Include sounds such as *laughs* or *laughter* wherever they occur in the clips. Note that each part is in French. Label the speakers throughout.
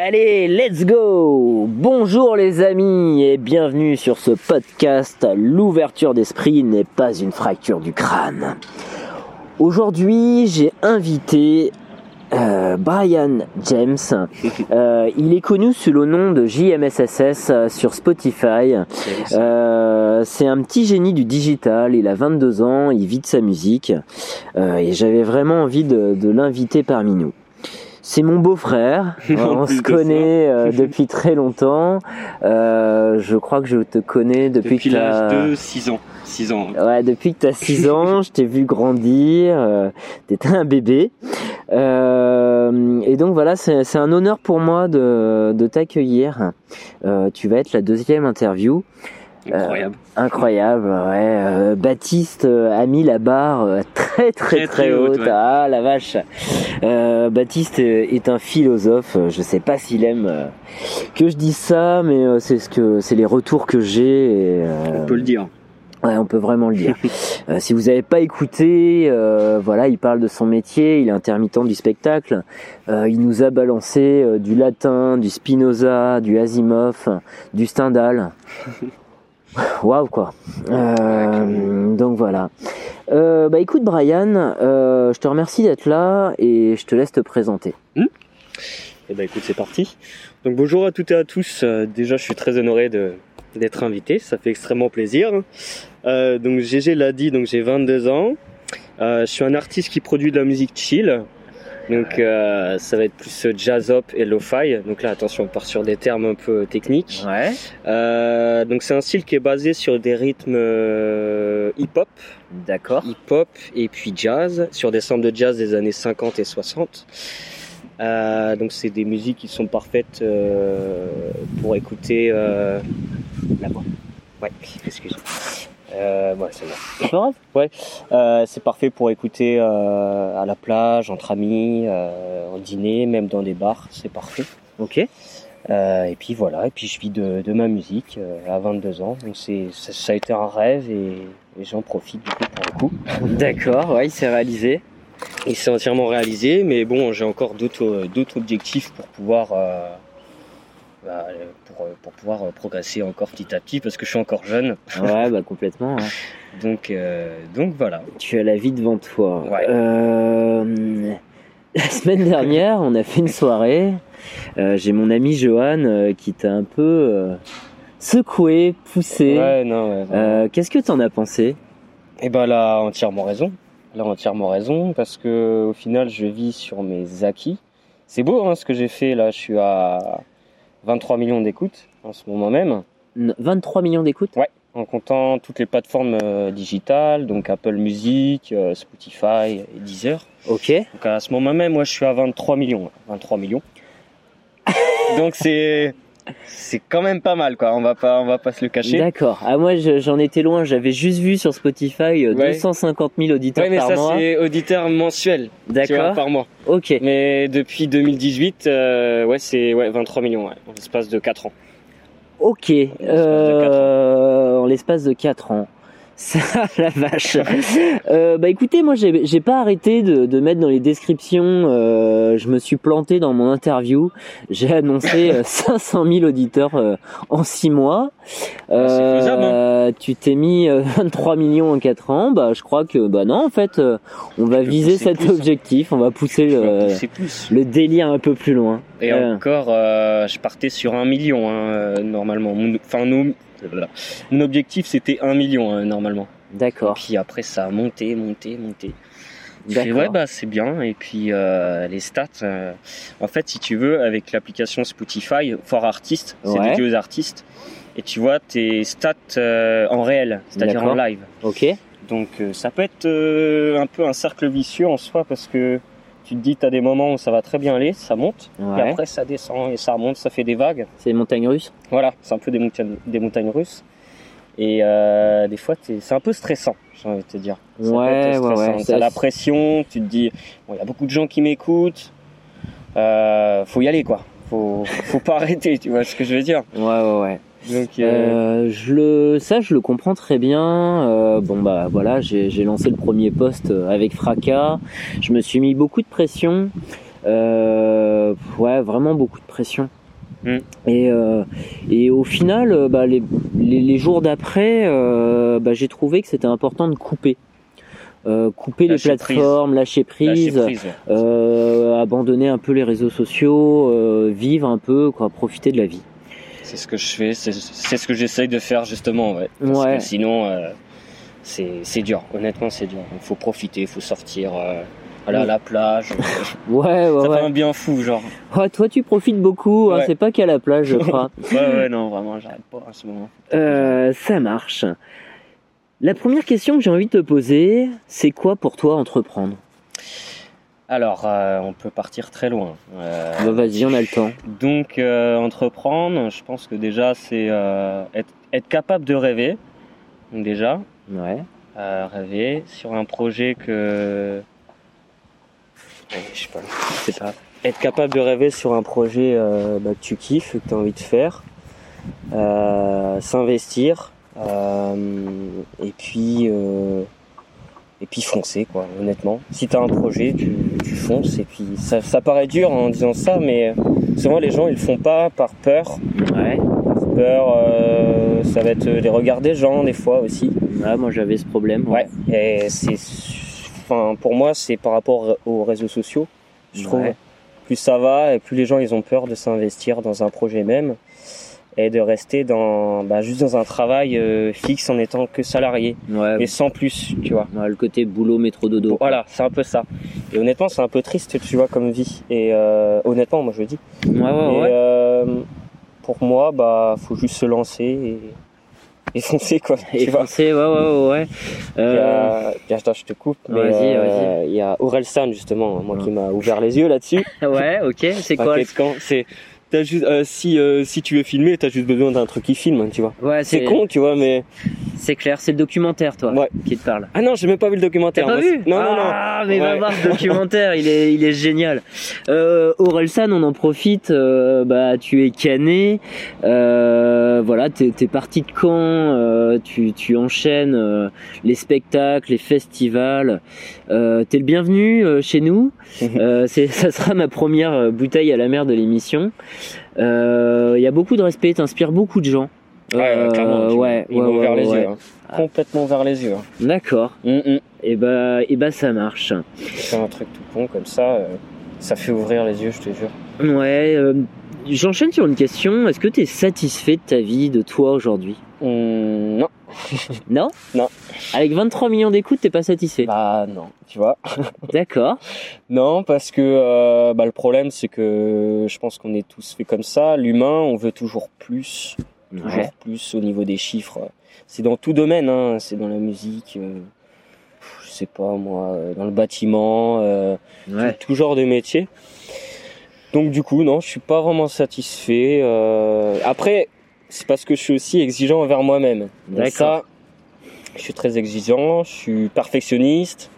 Speaker 1: Allez, let's go Bonjour les amis et bienvenue sur ce podcast L'ouverture d'esprit n'est pas une fracture du crâne. Aujourd'hui j'ai invité euh, Brian James. Euh, il est connu sous le nom de JMSSS euh, sur Spotify. Euh, c'est un petit génie du digital. Il a 22 ans, il vit de sa musique Euh, et j'avais vraiment envie de, de l'inviter parmi nous. C'est mon beau-frère,
Speaker 2: *laughs* En
Speaker 1: on
Speaker 2: plus
Speaker 1: se
Speaker 2: de *laughs*
Speaker 1: connaît euh, depuis très longtemps. Euh, je crois que je te connais depuis,
Speaker 2: Depuis
Speaker 1: que t'as-
Speaker 2: l'âge de 6 ans. 6 ans.
Speaker 1: Ouais, depuis que
Speaker 2: *laughs*
Speaker 1: t'as 6 ans, je t'ai vu grandir, euh, t'étais un bébé. Euh, et donc voilà, c'est c'est un honneur pour moi de, de t'accueillir. Euh, tu vas être la deuxième interview. Euh,
Speaker 2: Incroyable.
Speaker 1: Incroyable, ouais. Euh, Baptiste euh, a mis la barre euh, *laughs* très très très,
Speaker 2: Très, très haute,
Speaker 1: haute.
Speaker 2: ouais.
Speaker 1: Ah la vache. Euh, Baptiste euh, est un philosophe. Euh, Je sais pas s'il aime euh, que je dise ça, mais euh, c'est ce que c'est les retours que j'ai. et, euh,
Speaker 2: On peut le
Speaker 1: *laughs*
Speaker 2: dire.
Speaker 1: Ouais, on peut vraiment le dire. Euh, si vous n'avez pas écouté, euh, voilà, il parle de son métier, il est intermittent du spectacle. Euh, il nous a balancé euh, du latin, du Spinoza, du Asimov, du *laughs* Stendhal. Waouh quoi. Euh, donc voilà. Euh, bah écoute Brian, euh, je te remercie d'être là et je te laisse te présenter.
Speaker 3: Eh ben écoute, c'est parti. Donc bonjour à toutes et à tous. Euh, déjà, je suis très honoré de d'être invité. Ça fait extrêmement plaisir. Euh, donc GG l'a dit. Donc j'ai 22 ans. Euh, je suis un artiste qui produit de la musique chill. Donc euh, ça va être plus euh, jazz hop et lo-fi. Donc là, attention, on part sur des termes un peu techniques.
Speaker 1: Ouais.
Speaker 3: Euh, donc c'est un style qui est basé sur des rythmes euh, hip-hop
Speaker 1: D'accord.
Speaker 3: hip-hop et puis jazz, sur des samples de jazz des années 50 et 60. Euh, donc c'est des musiques qui sont parfaites euh, pour écouter euh, là-bas. Ouais, excuse. Euh, ouais, c'est bon.
Speaker 1: C'est pas grave.
Speaker 3: Ouais, euh, c'est parfait pour écouter euh, à la plage, entre amis, euh, en dîner, même dans des bars, c'est parfait.
Speaker 1: Ok.
Speaker 3: Euh, et puis voilà, et puis je vis de, de ma musique euh, à 22 ans, donc c'est ça, ça a été un rêve et, et j'en profite du coup pour le coup.
Speaker 1: D'accord. Ouais, il s'est *laughs* réalisé.
Speaker 3: Il s'est entièrement réalisé, mais bon, j'ai encore d'autres euh, d'autres objectifs pour pouvoir euh, bah, euh, pour, euh, pour pouvoir euh, progresser encore petit à petit parce que je suis encore jeune.
Speaker 1: Ouais, bah complètement. ouais.
Speaker 3: Donc euh, donc voilà.
Speaker 1: Tu as la vie devant toi.
Speaker 3: Ouais.
Speaker 1: Euh, *laughs* la semaine dernière, on a fait une soirée. Euh, J'ai mon ami Johan euh, qui t'a un peu euh, secoué, poussé.
Speaker 3: Ouais non.
Speaker 1: Euh, Qu'est-ce que t'en as pensé
Speaker 3: Et ben là entièrement raison. Là entièrement raison parce que au final je vis sur mes acquis. C'est beau hein, ce que j'ai fait là. Je suis à 23 millions d'écoutes en ce moment même.
Speaker 1: N- 23 millions d'écoutes
Speaker 3: en comptant toutes les plateformes euh, digitales, donc Apple Music, euh, Spotify et Deezer.
Speaker 1: Ok.
Speaker 3: Donc à ce moment même, moi je suis à 23 millions. là. 23 millions. *laughs* donc c'est c'est quand même pas mal quoi. On va pas on va pas se le cacher.
Speaker 1: D'accord. Ah moi je- j'en étais loin. J'avais juste vu sur Spotify euh,
Speaker 3: Ouais.
Speaker 1: 250 000 auditeurs
Speaker 3: Ouais, mais
Speaker 1: par
Speaker 3: ça
Speaker 1: mois.
Speaker 3: c'est auditeur mensuel, tu vois,
Speaker 1: D'accord.
Speaker 3: par mois.
Speaker 1: Ok.
Speaker 3: Mais depuis 2018, euh, ouais, c'est ouais, 23 millions ouais, en l'espace de 4 ans.
Speaker 1: Ok, euh, en l'espace de 4 ans. *laughs* Ça, la vache. Euh, bah écoutez, moi j'ai j'ai pas arrêté de, de mettre dans les descriptions. euh, je me suis planté dans mon interview. J'ai annoncé
Speaker 3: *laughs*
Speaker 1: euh, 500 000 auditeurs euh, en 6 mois.
Speaker 3: Bah, c'est faisable, hein.
Speaker 1: Tu t'es mis euh, *laughs* 23 millions en 4 ans. Bah je crois que bah non en fait, euh, on va
Speaker 3: peux
Speaker 1: viser
Speaker 3: pousser
Speaker 1: cet
Speaker 3: plus.
Speaker 1: objectif. On va pousser le,
Speaker 3: c'est plus.
Speaker 1: le délire un peu plus loin.
Speaker 3: Et
Speaker 1: Euh.
Speaker 3: encore, euh, je partais sur un million hein, euh, normalement. Mon, enfin, nos- voilà. mon objectif c'était un million hein, normalement.
Speaker 1: D'accord.
Speaker 3: Puis après ça a monté, monté, monté. Je fais,
Speaker 1: D'accord.
Speaker 3: ouais bah c'est bien. Et puis euh, les stats. euh, en fait, si tu veux, avec l'application Spotify, Fort Artiste, c'est
Speaker 1: Ouais.
Speaker 3: dédié aux artistes. Et tu vois tes stats euh, en réel, c'est-à-dire en
Speaker 1: D'accord.
Speaker 3: live.
Speaker 1: Ok.
Speaker 3: Donc euh, ça peut être euh, un peu un cercle vicieux en soi parce que tu te dis t'as des moments où ça va très bien aller, ça monte. Et
Speaker 1: Ouais.
Speaker 3: après, ça descend et ça remonte, ça fait des vagues.
Speaker 1: C'est les montagnes russes.
Speaker 3: Voilà, c'est un peu des montagnes, des montagnes russes. Et euh, des fois, t'es- c'est un peu stressant, j'ai envie de te dire. Ça peut
Speaker 1: Ouais,
Speaker 3: être
Speaker 1: ouais,
Speaker 3: stressant.
Speaker 1: ouais.
Speaker 3: T'as la pression, tu te dis, bon, il y a beaucoup de gens qui m'écoutent. Euh, faut y aller, quoi. Faut,
Speaker 4: *laughs*
Speaker 3: faut pas arrêter, tu vois ce que je veux dire.
Speaker 1: Ouais, ouais, ouais.
Speaker 3: Donc, euh,
Speaker 1: Euh, je le, ça, je le comprends très bien. Euh, bon bah voilà, j'ai j'ai lancé le premier poste euh, avec fracas. Je me suis mis beaucoup de pression. Euh, ouais, vraiment beaucoup de pression.
Speaker 3: Mm.
Speaker 1: Et, euh, et au final, euh, bah, les, les, les jours d'après, euh, bah, j'ai trouvé que c'était important de couper. Euh, couper
Speaker 4: Lâcher
Speaker 1: les plateformes, lâcher prise,
Speaker 4: Lâcher prise, ouais.
Speaker 1: euh, abandonner un peu les réseaux sociaux, euh, vivre un peu, quoi, profiter de la vie.
Speaker 4: C'est ce que je fais, c'est c'est ce que j'essaye de faire justement. Ouais. Parce
Speaker 1: Ouais.
Speaker 4: que sinon, euh, c'est c'est dur. Honnêtement, c'est dur. Il faut profiter, il faut sortir. euh, aller à la *laughs* plage,
Speaker 1: Ouais,
Speaker 4: ça
Speaker 1: ouais,
Speaker 4: fait
Speaker 1: ouais.
Speaker 4: un bien fou, genre.
Speaker 1: Ouais, toi, tu profites beaucoup, hein,
Speaker 4: Ouais.
Speaker 1: c'est pas qu'à la
Speaker 3: *laughs*
Speaker 1: plage, je crois.
Speaker 4: Ouais, ouais, *laughs* non, vraiment, j'arrête pas en ce moment.
Speaker 1: Euh, ça marche. La première question que j'ai envie de te poser, c'est quoi pour toi entreprendre
Speaker 4: Alors, euh, on peut partir très loin. Euh,
Speaker 1: Bah, Vas-y, on a le temps.
Speaker 4: Donc, euh, entreprendre, je pense que déjà, c'est euh, être, être capable de rêver. Donc, déjà,
Speaker 1: Ouais.
Speaker 4: euh, rêver sur un projet que. Ouais, Je sais pas, je sais pas.
Speaker 3: être capable de rêver sur un projet euh, bah, que tu kiffes, que tu as envie de faire, euh, s'investir euh, et puis euh, et puis foncer quoi. Honnêtement, si tu as un projet, tu, tu fonces et puis ça, ça paraît dur en disant ça, mais euh, souvent les gens ils le font pas par peur.
Speaker 1: Ouais.
Speaker 3: Par peur, euh, ça va être les regards des gens des fois aussi.
Speaker 1: Ah, moi, j'avais ce problème.
Speaker 3: Ouais, et c'est. Enfin, pour moi, c'est par rapport aux réseaux sociaux, je trouve.
Speaker 1: Ouais.
Speaker 3: Plus ça va, et plus les gens, ils ont peur de s'investir dans un projet même, et de rester dans, bah, juste dans un travail euh, fixe en étant que salarié,
Speaker 1: Ouais.
Speaker 3: mais sans plus, tu vois.
Speaker 1: Ouais, le côté boulot, métro, dodo.
Speaker 3: Voilà, c'est un peu ça. Et honnêtement, c'est un peu triste, tu vois, comme vie. Et euh, honnêtement, moi, je le dis.
Speaker 1: Ouais, ouais,
Speaker 3: Et,
Speaker 1: Ah ouais.
Speaker 3: euh, pour moi, bah, faut juste se lancer et, et foncer, quoi.
Speaker 1: Et
Speaker 3: tu vois.
Speaker 1: français, ouais, ouais, ouais, ouais.
Speaker 3: Il y
Speaker 1: Euh,
Speaker 3: a- Bien, attends, je te coupe. mais,
Speaker 1: Vas-y,
Speaker 3: euh, Il y a Aurel San, justement, moi qui m'a ouvert les yeux là-dessus.
Speaker 1: Euh, ouais, ok, c'est quoi
Speaker 3: T'inquiète, quand c'est. t'as juste, euh, si, euh, si tu veux filmer, t'as juste besoin d'un truc qui filme, hein, tu vois.
Speaker 1: Ouais,
Speaker 3: C'est con, tu vois, mais.
Speaker 1: C'est clair, c'est le documentaire, toi,
Speaker 3: Ouais.
Speaker 1: qui te parle.
Speaker 3: Ah non, j'ai même pas vu le
Speaker 1: T'as
Speaker 3: documentaire.
Speaker 1: pas
Speaker 3: moi,
Speaker 1: vu
Speaker 3: c'est- Non, non, non.
Speaker 1: Ah, mais va
Speaker 3: Ouais.
Speaker 1: voir
Speaker 3: *laughs*
Speaker 1: ce documentaire, il est, il est génial. Euh, Orelsan, on en profite. euh, bah, tu es cané. Euh, voilà, t'es es parti de Caen. euh, tu, tu enchaînes euh, les spectacles, les festivals. Euh, t'es le bienvenu euh, chez
Speaker 3: *laughs*
Speaker 1: nous. Euh, c'est- ça sera ma première euh, bouteille à la mer de l'émission. Euh, Il y a beaucoup de respect. T'inspires beaucoup de gens. Euh,
Speaker 3: tu vois,
Speaker 1: ouais,
Speaker 3: il
Speaker 1: ouais,
Speaker 3: m'a ouvert
Speaker 1: ouais,
Speaker 3: les
Speaker 1: ouais. Ah.
Speaker 3: yeux. hein. Complètement ouvert les yeux. hein.
Speaker 1: D'accord.
Speaker 3: Hum, hum.
Speaker 1: Et bah, et bah, ça marche.
Speaker 3: C'est un truc tout con comme ça. euh, Ça fait ouvrir les yeux, je te jure.
Speaker 1: Ouais, euh, j'enchaîne sur une question. Est-ce que tu es satisfait de ta vie, de toi aujourd'hui
Speaker 3: Hum, non.
Speaker 1: Non
Speaker 3: Non.
Speaker 1: Avec 23 millions d'écoutes, t'es pas satisfait
Speaker 3: Bah, non, tu vois.
Speaker 1: D'accord.
Speaker 3: Non, parce que euh, bah, le problème, c'est que je pense qu'on est tous fait comme ça. L'humain, on veut toujours plus, toujours
Speaker 1: Ouais.
Speaker 3: plus au niveau des chiffres. C'est dans tout domaine, hein. c'est dans la musique, euh, pff, je sais pas moi, euh, dans le bâtiment, euh,
Speaker 1: Ouais.
Speaker 3: tout, tout genre de métier. Donc du coup, non, je suis pas vraiment satisfait. euh, Après, c'est parce que je suis aussi exigeant envers moi-même. Donc
Speaker 1: D'accord.
Speaker 3: ça, je suis très exigeant, je suis perfectionniste.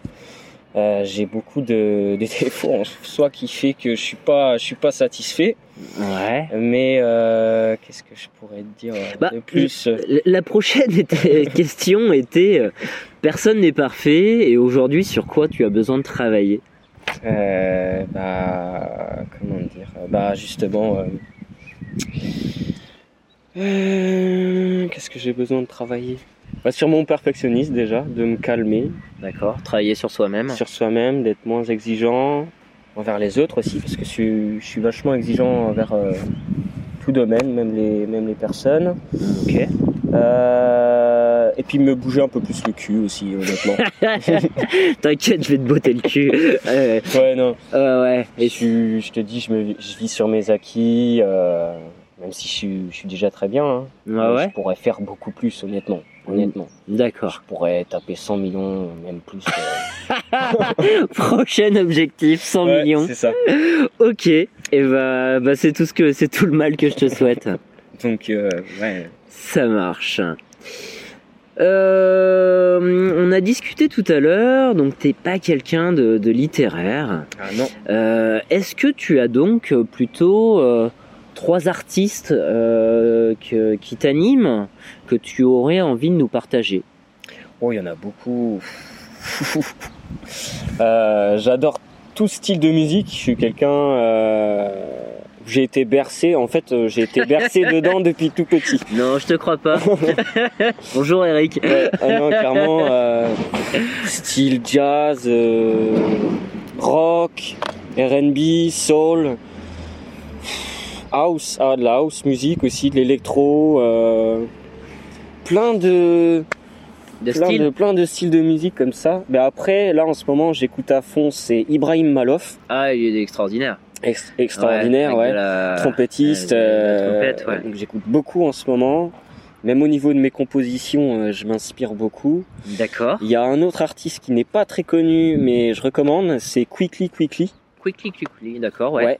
Speaker 3: euh, j'ai beaucoup de, de défauts en soi qui fait que je suis pas, je suis pas satisfait.
Speaker 1: Ouais.
Speaker 3: Mais euh, qu'est-ce que je pourrais te dire euh,
Speaker 1: Bah,
Speaker 3: de plus
Speaker 1: L- La prochaine *laughs* était- question était euh, Personne n'est parfait et aujourd'hui, sur quoi tu as besoin de travailler
Speaker 3: Euh, bah, comment dire euh, Bah, justement. euh, euh, Qu'est-ce que j'ai besoin de travailler bah, Sur mon perfectionnisme déjà, de me calmer
Speaker 1: D'accord. Travailler sur soi-même.
Speaker 3: sur soi-même, d'être moins exigeant envers les autres aussi, parce que je, suis- je suis vachement exigeant envers euh, tout domaine, même les, même les personnes.
Speaker 1: Ok. *laughs*
Speaker 3: Euh, et puis me bouger un peu plus le cul aussi, honnêtement.
Speaker 1: *laughs* T'inquiète, je vais te botter le cul. ouais,
Speaker 3: ouais, non.
Speaker 1: ouais, ouais.
Speaker 3: Et je, suis- je te dis, je, me, je vis sur mes acquis, euh, même si je, suis- je suis déjà très bien. hein.
Speaker 1: Ah Ouais,
Speaker 3: Je
Speaker 1: ouais.
Speaker 3: pourrais faire beaucoup plus, honnêtement. Honnêtement, je
Speaker 1: D'accord.
Speaker 3: pourrais taper 100 millions, même plus. euh.
Speaker 1: Prochain objectif 100
Speaker 3: Ouais,
Speaker 1: millions.
Speaker 3: C'est ça.
Speaker 1: Ok, et bah, bah c'est tout ce que c'est tout le mal que je te souhaite.
Speaker 3: Donc, euh, ouais.
Speaker 1: Ça marche. Euh, on a discuté tout à l'heure, donc t'es pas quelqu'un de, de littéraire.
Speaker 3: Ah non.
Speaker 1: Euh, Est-ce que tu as donc euh, plutôt euh, trois artistes euh, que- qui t'animent que tu aurais envie de nous partager
Speaker 3: Oh, il y en a beaucoup. *laughs* Euh, J'adore tout style de musique. Je suis quelqu'un. euh, j'ai été bercé. En fait, euh, j'ai été bercé dedans depuis tout petit.
Speaker 1: Non, je te crois
Speaker 3: *laughs*
Speaker 1: pas. Bonjour Eric.
Speaker 3: Ouais, ah non, clairement, euh, style jazz, euh, rock, RB, soul, house, ah, de la house musique aussi, de l'électro, euh, plein de.
Speaker 1: De
Speaker 3: plein,
Speaker 1: style
Speaker 3: de, plein de styles de musique comme ça. Mais après, là en ce moment, j'écoute à fond, c'est Ibrahim Maloff,
Speaker 1: Ah, il est extraordinaire.
Speaker 3: ex- extraordinaire, ouais,
Speaker 1: avec de la-
Speaker 3: trompettiste.
Speaker 1: ouais, de la
Speaker 3: euh,
Speaker 1: trompette, ouais.
Speaker 3: donc J'écoute beaucoup en ce moment. Même au niveau de mes compositions, euh, je m'inspire beaucoup.
Speaker 1: D'accord.
Speaker 3: Il y a un autre artiste qui n'est pas très connu, mais je recommande, c'est Quickly Quickly.
Speaker 1: Quickly, quickly, d'accord, ouais.
Speaker 3: Ouais.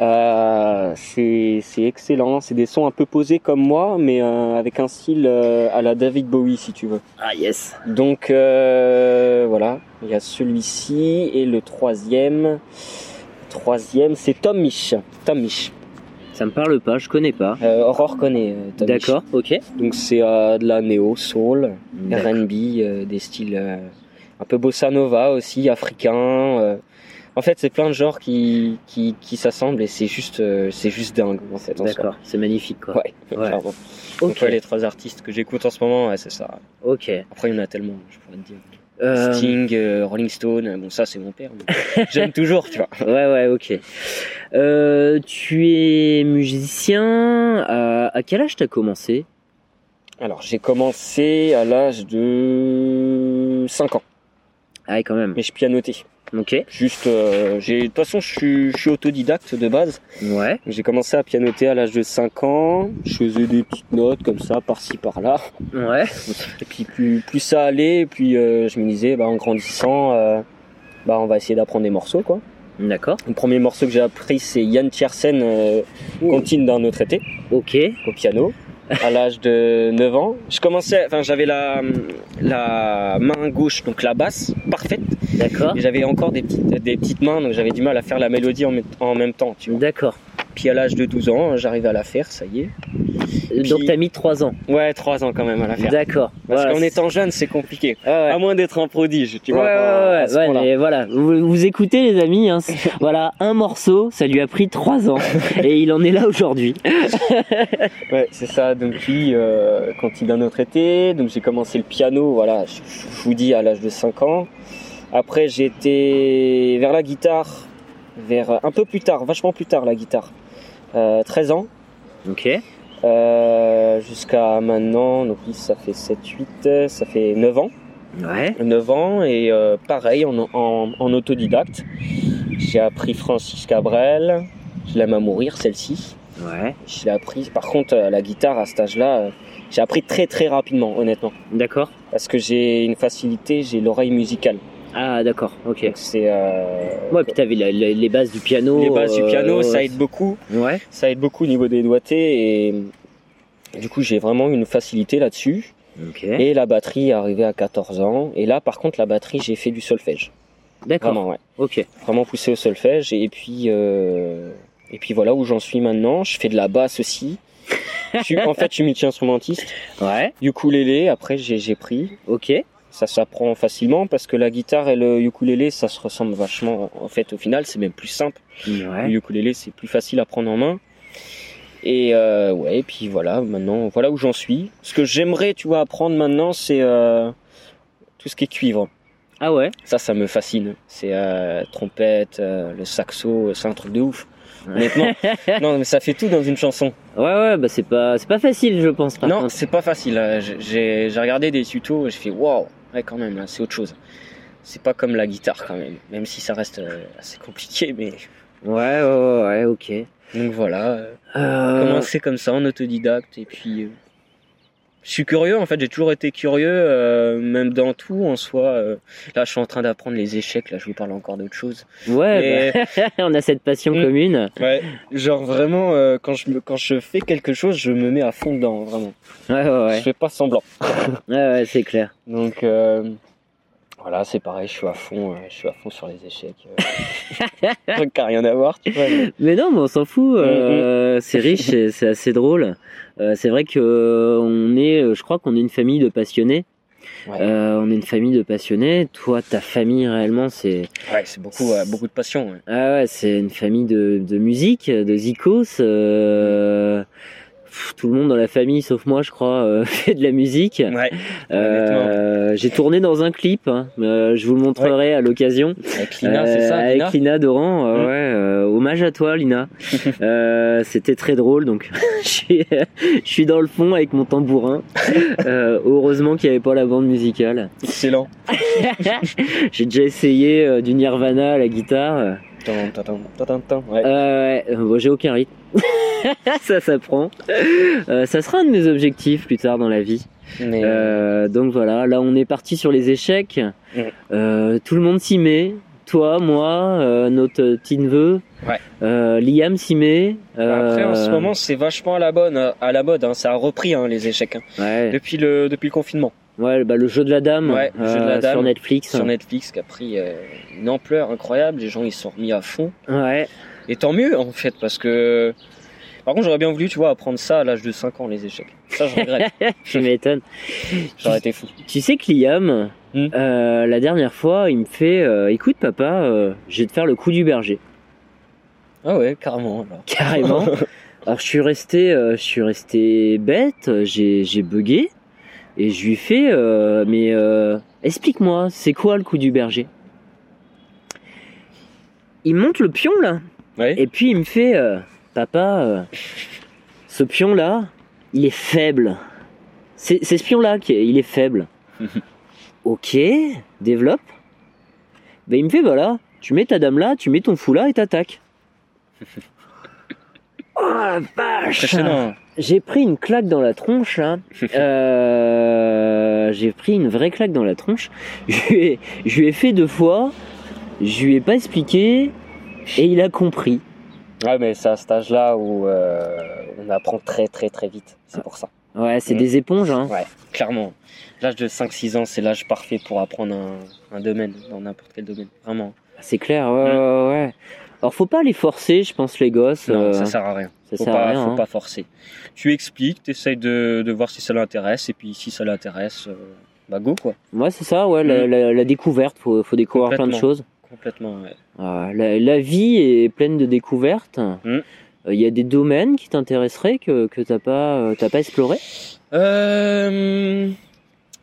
Speaker 3: Euh, c'est c'est excellent, c'est des sons un peu posés comme moi, mais euh, avec un style euh, à la David Bowie si tu veux.
Speaker 1: Ah yes.
Speaker 3: Donc euh, voilà, il y a celui-ci et le troisième. Troisième, c'est Tom Misch. Tom Misch.
Speaker 1: Ça me parle pas, je connais pas.
Speaker 3: Euh, Aurore connaît euh, Tom Misch.
Speaker 1: D'accord, ok.
Speaker 3: Donc c'est euh, de la néo, soul,
Speaker 1: D'accord.
Speaker 3: R&B, euh, des styles euh, un peu bossa nova aussi, africain. euh. En fait, c'est plein de genres qui, qui, qui s'assemblent et c'est juste, euh, c'est juste dingue en fait. en soi.
Speaker 1: D'accord, c'est magnifique quoi.
Speaker 3: Ouais.
Speaker 1: Ouais.
Speaker 3: Clairement. Donc
Speaker 1: Ok,
Speaker 3: ouais, les trois artistes que j'écoute en ce moment, ouais, c'est ça.
Speaker 1: ok.
Speaker 3: Après, il y en a tellement, je pourrais te dire.
Speaker 1: Euh,
Speaker 3: Sting, euh, Rolling Stone, euh, bon ça c'est mon père. mais *laughs* J'aime toujours, tu vois.
Speaker 1: ouais, ouais, ok. Euh, tu es musicien. Euh, À, à quel âge t'as commencé
Speaker 3: Alors j'ai commencé à l'âge de 5 ans,
Speaker 1: Ah, ouais, quand même.
Speaker 3: mais je pianotais.
Speaker 1: Ok.
Speaker 3: Juste, euh, j'ai de toute façon, je suis, je suis autodidacte de base.
Speaker 1: Ouais.
Speaker 3: J'ai commencé à pianoter à l'âge de 5 ans. Je faisais des petites notes comme ça, par-ci, par-là.
Speaker 1: Ouais.
Speaker 3: Et puis plus, plus ça allait, et puis euh, je me disais, bah, en grandissant, euh, bah, on va essayer d'apprendre des morceaux. Quoi.
Speaker 1: D'accord.
Speaker 3: Le premier morceau que j'ai appris, c'est Yann Tiersen, euh, Contine d'un autre été,
Speaker 1: Ok.
Speaker 3: au piano. À l'âge de 9 ans, je commençais, enfin j'avais la, la main gauche, donc la basse, parfaite.
Speaker 1: D'accord.
Speaker 3: Et j'avais encore des petites, des petites mains, donc j'avais du mal à faire la mélodie en, même- en même temps. Tu vois.
Speaker 1: D'accord.
Speaker 3: Puis à l'âge de 12 ans, j'arrivais à la faire, ça y est.
Speaker 1: Donc t'as mis 3 ans.
Speaker 3: Ouais, 3 ans quand même à la faire.
Speaker 1: D'accord.
Speaker 3: Parce
Speaker 1: Voilà,
Speaker 3: qu'en
Speaker 1: c'est-
Speaker 3: étant jeune, c'est compliqué.
Speaker 1: Ah, ouais.
Speaker 3: À moins d'être un prodige, tu vois.
Speaker 1: ouais,
Speaker 3: à- à
Speaker 1: ouais,
Speaker 3: ce
Speaker 1: ouais, ouais,
Speaker 3: point-là.
Speaker 1: mais voilà, vous, vous écoutez les amis,
Speaker 3: *laughs*
Speaker 1: hein, c'est- voilà, un morceau, ça lui a pris trois ans et il en est là aujourd'hui.
Speaker 3: Ouais, c'est ça. Donc puis, euh, quand il a notre été, donc j'ai commencé le piano, voilà, je, je vous dis à l'âge de 5 ans. Après, j'ai été vers la guitare, vers euh, un peu plus tard, vachement plus tard la guitare. Euh, 13 ans.
Speaker 1: Ok,
Speaker 3: Euh, jusqu'à maintenant, donc oui, ça fait 7, 8, ça fait 9 ans.
Speaker 1: ouais,
Speaker 3: 9 ans et euh, pareil en, en, en autodidacte. J'ai appris Francis Cabrel, je l'aime à mourir celle-ci.
Speaker 1: ouais,
Speaker 3: Je l'ai appris, par contre euh, la guitare à cet âge-là, euh, j'ai appris très très rapidement honnêtement.
Speaker 1: d'accord.
Speaker 3: Parce que j'ai une facilité, j'ai l'oreille musicale.
Speaker 1: Ah, d'accord, ok.
Speaker 3: Donc c'est... euh, Oh,
Speaker 1: Ouais, puis t'avais la- la- les bases du piano.
Speaker 3: les bases du
Speaker 1: euh,
Speaker 3: piano,
Speaker 1: ouais,
Speaker 3: ça aide beaucoup.
Speaker 1: Ouais,
Speaker 3: Ça aide beaucoup au niveau des doigtés et du coup j'ai vraiment une facilité là-dessus.
Speaker 1: ok,
Speaker 3: Et la batterie est arrivée à 14 ans. Et là par contre la batterie j'ai fait du solfège.
Speaker 1: d'accord,
Speaker 3: Vraiment ouais.
Speaker 1: ok,
Speaker 3: vraiment poussé au solfège et puis euh, et puis voilà où j'en suis maintenant je fais de la basse *laughs* aussi je suis, en fait je suis multi-instrumentiste
Speaker 1: ouais,
Speaker 3: ukulélé après j'ai j'ai pris
Speaker 1: ok,
Speaker 3: ça s'apprend facilement parce que la guitare et le ukulélé ça se ressemble vachement en fait au final c'est même plus simple
Speaker 1: ouais,
Speaker 3: le ukulélé c'est plus facile à prendre en main et euh, ouais et puis voilà maintenant voilà où j'en suis ce que j'aimerais tu vois apprendre maintenant c'est euh, tout ce qui est cuivre
Speaker 1: ah ouais,
Speaker 3: ça, ça me fascine. C'est euh, trompette, euh, le saxo, c'est un truc de ouf. Honnêtement, non, mais ça fait tout dans une chanson.
Speaker 1: ouais, ouais, bah c'est pas, c'est pas facile, je pense. Par
Speaker 3: Non,
Speaker 1: contre.
Speaker 3: c'est pas facile. Euh, j- J'ai j'ai regardé des tutos et je fais waouh, ouais, quand même, là, c'est autre chose. C'est pas comme la guitare quand même, même si ça reste euh, assez compliqué. Mais
Speaker 1: ouais, ouais, ouais, ouais, ok.
Speaker 3: donc voilà, euh,
Speaker 1: Euh,
Speaker 3: commencer comme ça en autodidacte et puis. euh, Je suis curieux en fait, j'ai toujours été curieux, euh, même dans tout en soi. euh. là, je suis en train d'apprendre les échecs, là, je vous parle encore d'autre chose.
Speaker 1: Ouais,
Speaker 3: Mais-
Speaker 1: *laughs* bah, on a cette passion
Speaker 3: Mm.
Speaker 1: commune.
Speaker 3: Ouais, genre vraiment, euh, quand, je me, quand je fais quelque chose, je me mets à fond dedans, vraiment.
Speaker 1: Ouais, ouais,
Speaker 3: Je
Speaker 1: ouais,
Speaker 3: fais pas semblant.
Speaker 1: ouais, ouais c'est clair.
Speaker 3: Donc euh, voilà, c'est pareil, je suis à fond, euh, je suis à fond sur les échecs.
Speaker 1: *laughs*
Speaker 3: euh. Un truc qui a rien à voir, tu vois. mais-
Speaker 1: Mais non, mais on s'en fout.
Speaker 3: Mm,
Speaker 1: euh, c'est riche, et c'est assez drôle. Euh, c'est vrai que euh, on est, euh, je crois qu'on est une famille de passionnés.
Speaker 3: Ouais.
Speaker 1: Euh, on est une famille de passionnés. Toi, ta famille réellement, c'est
Speaker 3: Ouais, c'est beaucoup, euh, beaucoup de passion. ouais.
Speaker 1: ah ouais, c'est une famille de, de musique, de zikos. euh, pff, Tout le monde dans la famille, sauf moi, je crois, euh, *laughs* fait de la musique.
Speaker 3: Ouais,
Speaker 1: Euh, J'ai tourné dans un clip. hein. Euh, je vous le montrerai à l'occasion.
Speaker 3: avec Lina,
Speaker 1: Euh,
Speaker 3: c'est ça,
Speaker 1: Avec
Speaker 3: Lina
Speaker 1: Lina Doran, euh, ouais,
Speaker 3: Mm.
Speaker 1: euh, hommage à toi
Speaker 3: *laughs*
Speaker 1: Lina. Euh, C'était très drôle, donc *laughs* je suis- je suis dans le fond avec mon tambourin. Euh, heureusement qu'il n'y avait pas la bande musicale.
Speaker 3: Excellent.
Speaker 1: J'ai déjà essayé euh, du Nirvana à la guitare.
Speaker 3: Tan, tan, tan, tan, tan, tan. Ouais.
Speaker 1: Euh, ouais, euh, bon, j'ai aucun rythme. *laughs* ça s'apprend. Euh, ça sera un de mes objectifs plus tard dans la vie.
Speaker 3: Mais,
Speaker 1: Euh, donc voilà, là on est parti sur les échecs.
Speaker 3: Mm.
Speaker 1: Euh, tout le monde s'y met. Toi, moi, euh, notre petit neveu,
Speaker 3: Ouais.
Speaker 1: euh, Liam s'y met.
Speaker 3: Après, en
Speaker 1: euh,
Speaker 3: ce moment, c'est vachement à la bonne, à la mode. hein. Ça a repris hein, les échecs hein.
Speaker 1: ouais,
Speaker 3: depuis le depuis le confinement
Speaker 1: Ouais, bah, le jeu de la dame,
Speaker 3: Ouais, le jeu de la
Speaker 1: euh,
Speaker 3: dame.
Speaker 1: sur Netflix.
Speaker 3: sur Netflix, qui a pris euh, une ampleur incroyable. Les gens, ils se sont remis à fond.
Speaker 1: Ouais,
Speaker 3: Et tant mieux en fait, parce que par contre, j'aurais bien voulu, tu vois, apprendre ça à l'âge de 5 ans les échecs. Ça, je regrette.
Speaker 1: tu m'étonnes.
Speaker 3: J'aurais été fou.
Speaker 1: Tu sais que Liam,
Speaker 3: Mm.
Speaker 1: euh, la dernière fois, il me fait euh, Écoute, papa, euh, je vais te faire le coup du berger. *laughs*
Speaker 3: Ah ouais, carrément. Alors.
Speaker 1: Carrément. Alors je suis resté, euh, je suis resté bête, euh, j'ai, j'ai bugué et je lui fais euh, mais euh, explique-moi, c'est quoi le coup du berger Il monte le pion là
Speaker 3: Ouais. *laughs*
Speaker 1: et puis il me fait euh, papa, euh, ce pion là, il est faible. C'est, c'est ce pion là qui est, il est *laughs* faible. ok, développe. Ben il me fait voilà, tu mets ta dame là, tu mets ton fou là et t'attaques. *laughs* Oh la vache
Speaker 3: *laughs* Impressionnant.
Speaker 1: J'ai pris une claque dans la tronche là. Euh, j'ai pris une vraie claque dans la tronche. *laughs* Je lui ai, je lui ai fait deux fois. Je lui ai pas expliqué et il a compris.
Speaker 3: Ouais, mais c'est à cet âge-là où euh, on apprend très très très vite. C'est pour ça.
Speaker 1: Ouais, c'est
Speaker 3: Mm.
Speaker 1: des éponges hein.
Speaker 3: Ouais, clairement. L'âge de 5-6 ans, c'est l'âge parfait pour apprendre un, un domaine, dans n'importe quel domaine. Vraiment.
Speaker 1: C'est clair. Ouais, ouais, ouais. Alors faut pas les forcer, je pense les gosses.
Speaker 3: Non,
Speaker 1: euh,
Speaker 3: hein. ça sert à rien.
Speaker 1: ça
Speaker 3: Faut,
Speaker 1: sert à
Speaker 3: pas,
Speaker 1: rien,
Speaker 3: faut
Speaker 1: hein.
Speaker 3: pas forcer. Tu expliques, t'essayes de, de voir si ça l'intéresse, et puis si ça l'intéresse, euh, bah go quoi.
Speaker 1: Ouais, c'est ça. Ouais, la,
Speaker 3: Mm.
Speaker 1: la- la découverte, faut, faut découvrir plein de
Speaker 3: Complètement.
Speaker 1: choses.
Speaker 3: Complètement, ouais.
Speaker 1: Ah, la, la vie est pleine de découvertes. Euh, Il y a des domaines qui t'intéresseraient que, que t'as pas, euh, t'as pas exploré.
Speaker 3: Euh,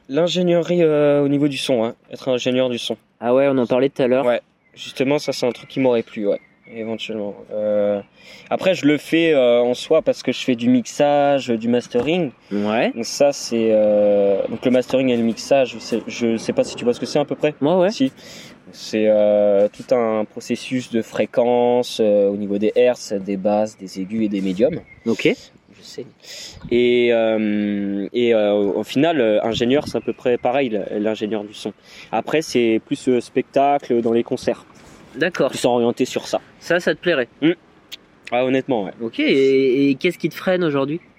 Speaker 3: L'ingénierie euh, au niveau du son, hein. être ingénieur du son.
Speaker 1: Ah ouais, on en parlait tout à l'heure.
Speaker 3: Ouais. Justement, ça c'est un truc qui m'aurait plu, ouais, éventuellement. Euh, Après, je le fais euh, en soi parce que je fais du mixage, du mastering.
Speaker 1: Ouais.
Speaker 3: Donc ça, c'est euh, donc le mastering et le mixage. c'est- Je sais pas si tu vois ce que c'est à peu près.
Speaker 1: Moi, ouais.
Speaker 3: Si. C'est euh, tout un processus de fréquence euh, au niveau des hertz, des basses, des aigus et des médiums.
Speaker 1: Ok.
Speaker 3: je sais. Et, euh, et euh, au final, euh, ingénieur, c'est à peu près pareil, l- l'ingénieur du son. Après, c'est plus euh, spectacle dans les concerts,
Speaker 1: D'accord.
Speaker 3: plus orienté sur ça.
Speaker 1: Ça, ça te plairait.
Speaker 3: Ah, honnêtement, ouais.
Speaker 1: Ok. Et, et qu'est-ce qui te freine aujourd'hui *laughs*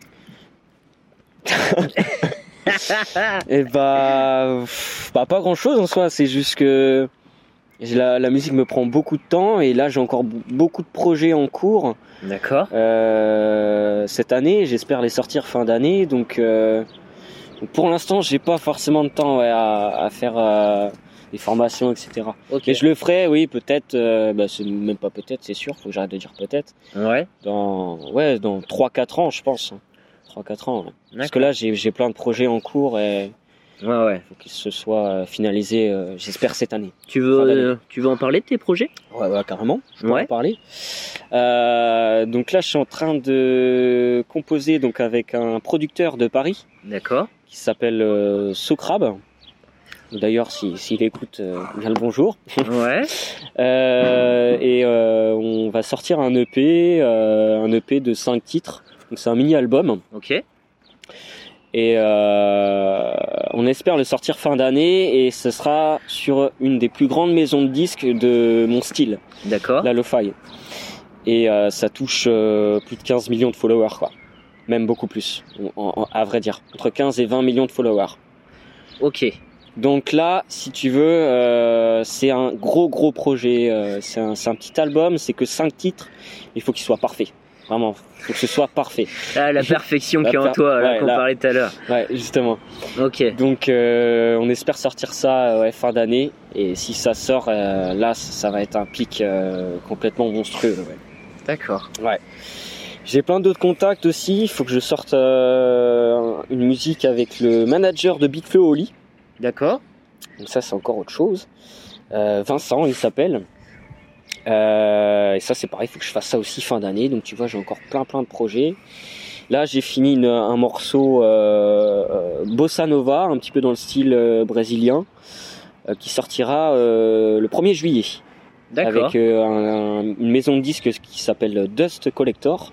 Speaker 3: Et bah, pff, bah pas grand chose en soi, c'est juste que j'ai la, la musique me prend beaucoup de temps et là j'ai encore b- beaucoup de projets en cours
Speaker 1: D'accord.
Speaker 3: euh, cette année, j'espère les sortir fin d'année donc, euh, donc pour l'instant j'ai pas forcément de temps ouais, à, à faire euh, des formations etc.
Speaker 1: Ok.
Speaker 3: Et je le ferai, oui, peut-être, euh, bah, c'est même pas peut-être, c'est sûr, faut que j'arrête de dire peut-être.
Speaker 1: Ouais.
Speaker 3: Dans, ouais, dans 3-4 ans, je pense. 3-4 ans. ouais. Parce que
Speaker 1: D'accord.
Speaker 3: là, j'ai j'ai plein de projets en cours et
Speaker 1: Ouais, ouais.
Speaker 3: faut qu'ils se soient euh, finalisés, euh, j'espère, cette année.
Speaker 1: Tu veux,
Speaker 3: Fin d'année.
Speaker 1: euh, tu veux en parler de tes projets
Speaker 3: Ouais, ouais, carrément, je peux
Speaker 1: Ouais.
Speaker 3: en parler. Euh, donc là, je suis en train de composer donc, avec un producteur de Paris
Speaker 1: D'accord.
Speaker 3: qui s'appelle euh, Socrab. D'ailleurs, si- s'il écoute, euh, bien le bonjour. *laughs*
Speaker 1: Ouais.
Speaker 3: Euh, et euh, on va sortir un EP, euh, un EP de 5 titres. Donc c'est un mini album
Speaker 1: Ok.
Speaker 3: et euh, on espère le sortir fin d'année et ce sera sur une des plus grandes maisons de disques de mon style,
Speaker 1: D'accord.
Speaker 3: la Lo-Fi. Et euh, ça touche euh, plus de 15 millions de followers quoi. Même beaucoup plus, en- en- à vrai dire, entre 15 et 20 millions de followers.
Speaker 1: Ok.
Speaker 3: Donc là, si tu veux, euh, c'est un gros gros projet. euh, c'est un, c'est un petit album, c'est que cinq titres. Il faut qu'il soit parfait. Vraiment, faut que ce soit parfait.
Speaker 1: Ah, la perfection
Speaker 3: La
Speaker 1: qui est en
Speaker 3: per-
Speaker 1: toi, là,
Speaker 3: ouais,
Speaker 1: qu'on
Speaker 3: là.
Speaker 1: parlait tout à l'heure.
Speaker 3: Ouais, justement.
Speaker 1: Ok.
Speaker 3: Donc euh, on espère sortir ça euh, ouais, fin d'année. Et si ça sort, euh, là, ça va être un pic euh, complètement monstrueux. ouais.
Speaker 1: D'accord.
Speaker 3: J'ai plein d'autres contacts aussi. Il faut que je sorte euh, une musique avec le manager de Big Flo Oli.
Speaker 1: D'accord.
Speaker 3: Donc ça, c'est encore autre chose. Euh, Vincent, il s'appelle. Euh, et ça, c'est pareil. Il faut que je fasse ça aussi fin d'année. Donc tu vois, j'ai encore plein plein de projets. Là, j'ai fini une- un morceau euh, euh, bossa nova, un petit peu dans le style euh, brésilien, euh, qui sortira euh, le 1er juillet
Speaker 1: D'accord.
Speaker 3: avec euh, un- un- une maison de disques qui s'appelle Dust Collector.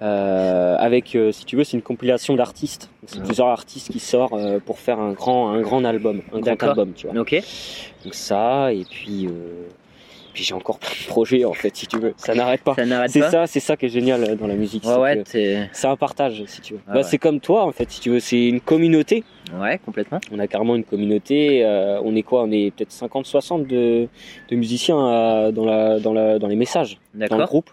Speaker 3: Euh, avec, euh, si tu veux, c'est une compilation d'artistes. Donc, C'est
Speaker 1: Ouais.
Speaker 3: plusieurs artistes qui sortent euh, pour faire un grand, un grand album, un grand
Speaker 1: D'accord.
Speaker 3: album, tu vois.
Speaker 1: Ok.
Speaker 3: Donc ça, et puis, euh, puis j'ai encore plein de projets en fait, si tu veux. Ça n'arrête pas.
Speaker 1: Ça n'arrête
Speaker 3: C'est
Speaker 1: pas.
Speaker 3: ça, c'est ça qui est génial euh, dans la musique.
Speaker 1: Ouais,
Speaker 3: c'est
Speaker 1: ouais,
Speaker 3: que
Speaker 1: t'es-
Speaker 3: c'est un partage, si tu veux.
Speaker 1: Ah
Speaker 3: bah,
Speaker 1: ouais.
Speaker 3: C'est comme toi, en fait, si tu veux. C'est une communauté.
Speaker 1: ouais, complètement.
Speaker 3: On a carrément une communauté. euh, on est quoi On est peut-être 50-60 de, de musiciens euh, dans, la, dans, la, dans les messages dans le
Speaker 1: D'accord.
Speaker 3: groupe.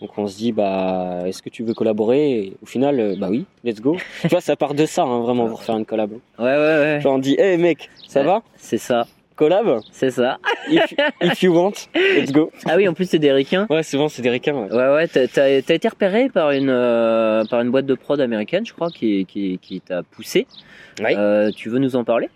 Speaker 3: Donc on se dit bah est-ce que tu veux collaborer Et Au final euh, bah oui,
Speaker 1: *laughs*
Speaker 3: let's go. tu vois ça part de ça hein, vraiment pour faire une collab.
Speaker 1: Ouais, ouais, ouais.
Speaker 3: Genre on dit hey mec ça
Speaker 1: Ouais.
Speaker 3: va
Speaker 1: C'est ça.
Speaker 3: collab
Speaker 1: C'est ça.
Speaker 3: if, if you want let's go.
Speaker 1: Ah oui, en plus, c'est des ricains.
Speaker 3: Ouais souvent c'est des requins. ouais.
Speaker 1: Ouais, ouais, t'as t'as- t'as été repéré par une, euh, par une boîte de prod américaine, je crois, qui, qui, qui t'a poussé.
Speaker 3: Oui.
Speaker 1: Euh, tu veux nous en parler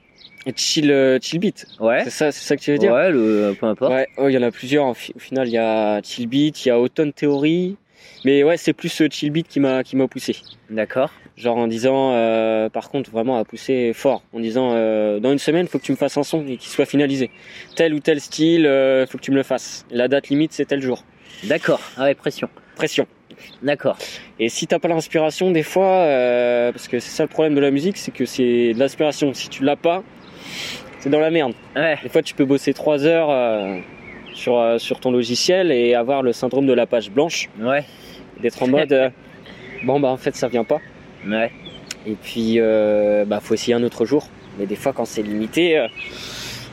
Speaker 3: Et Chill euh, chill beat.
Speaker 1: Ouais.
Speaker 3: C'est ça c'est ça que tu veux dire
Speaker 1: Ouais, le, peu importe.
Speaker 3: Ouais, ouais, il y en a plusieurs. Au fi- au final, il y a Chill Beat, il y a Autumn Theory. Mais ouais, c'est plus euh, Chill Beat qui m'a qui m'a poussé.
Speaker 1: D'accord.
Speaker 3: Genre en disant, euh, par contre, vraiment à pousser fort, en disant, euh, dans une semaine, faut que tu me fasses un son et qu'il soit finalisé. Tel ou tel style, euh, faut que tu me le fasses. La date limite, c'est tel jour.
Speaker 1: D'accord. Ah ouais, pression.
Speaker 3: Pression.
Speaker 1: D'accord.
Speaker 3: Et si t'as pas l'inspiration, des fois, euh, parce que c'est ça le problème de la musique, c'est que c'est de l'inspiration. Si tu l'as pas, c'est dans la merde.
Speaker 1: Ouais.
Speaker 3: Des fois, tu peux bosser trois heures euh, sur, euh, sur ton logiciel et avoir le syndrome de la page blanche,
Speaker 1: Ouais.
Speaker 3: d'être en mode, euh, bon bah en fait, ça vient pas.
Speaker 1: Ouais.
Speaker 3: Et puis, euh, bah, faut essayer un autre jour. Mais des fois, quand c'est limité, euh,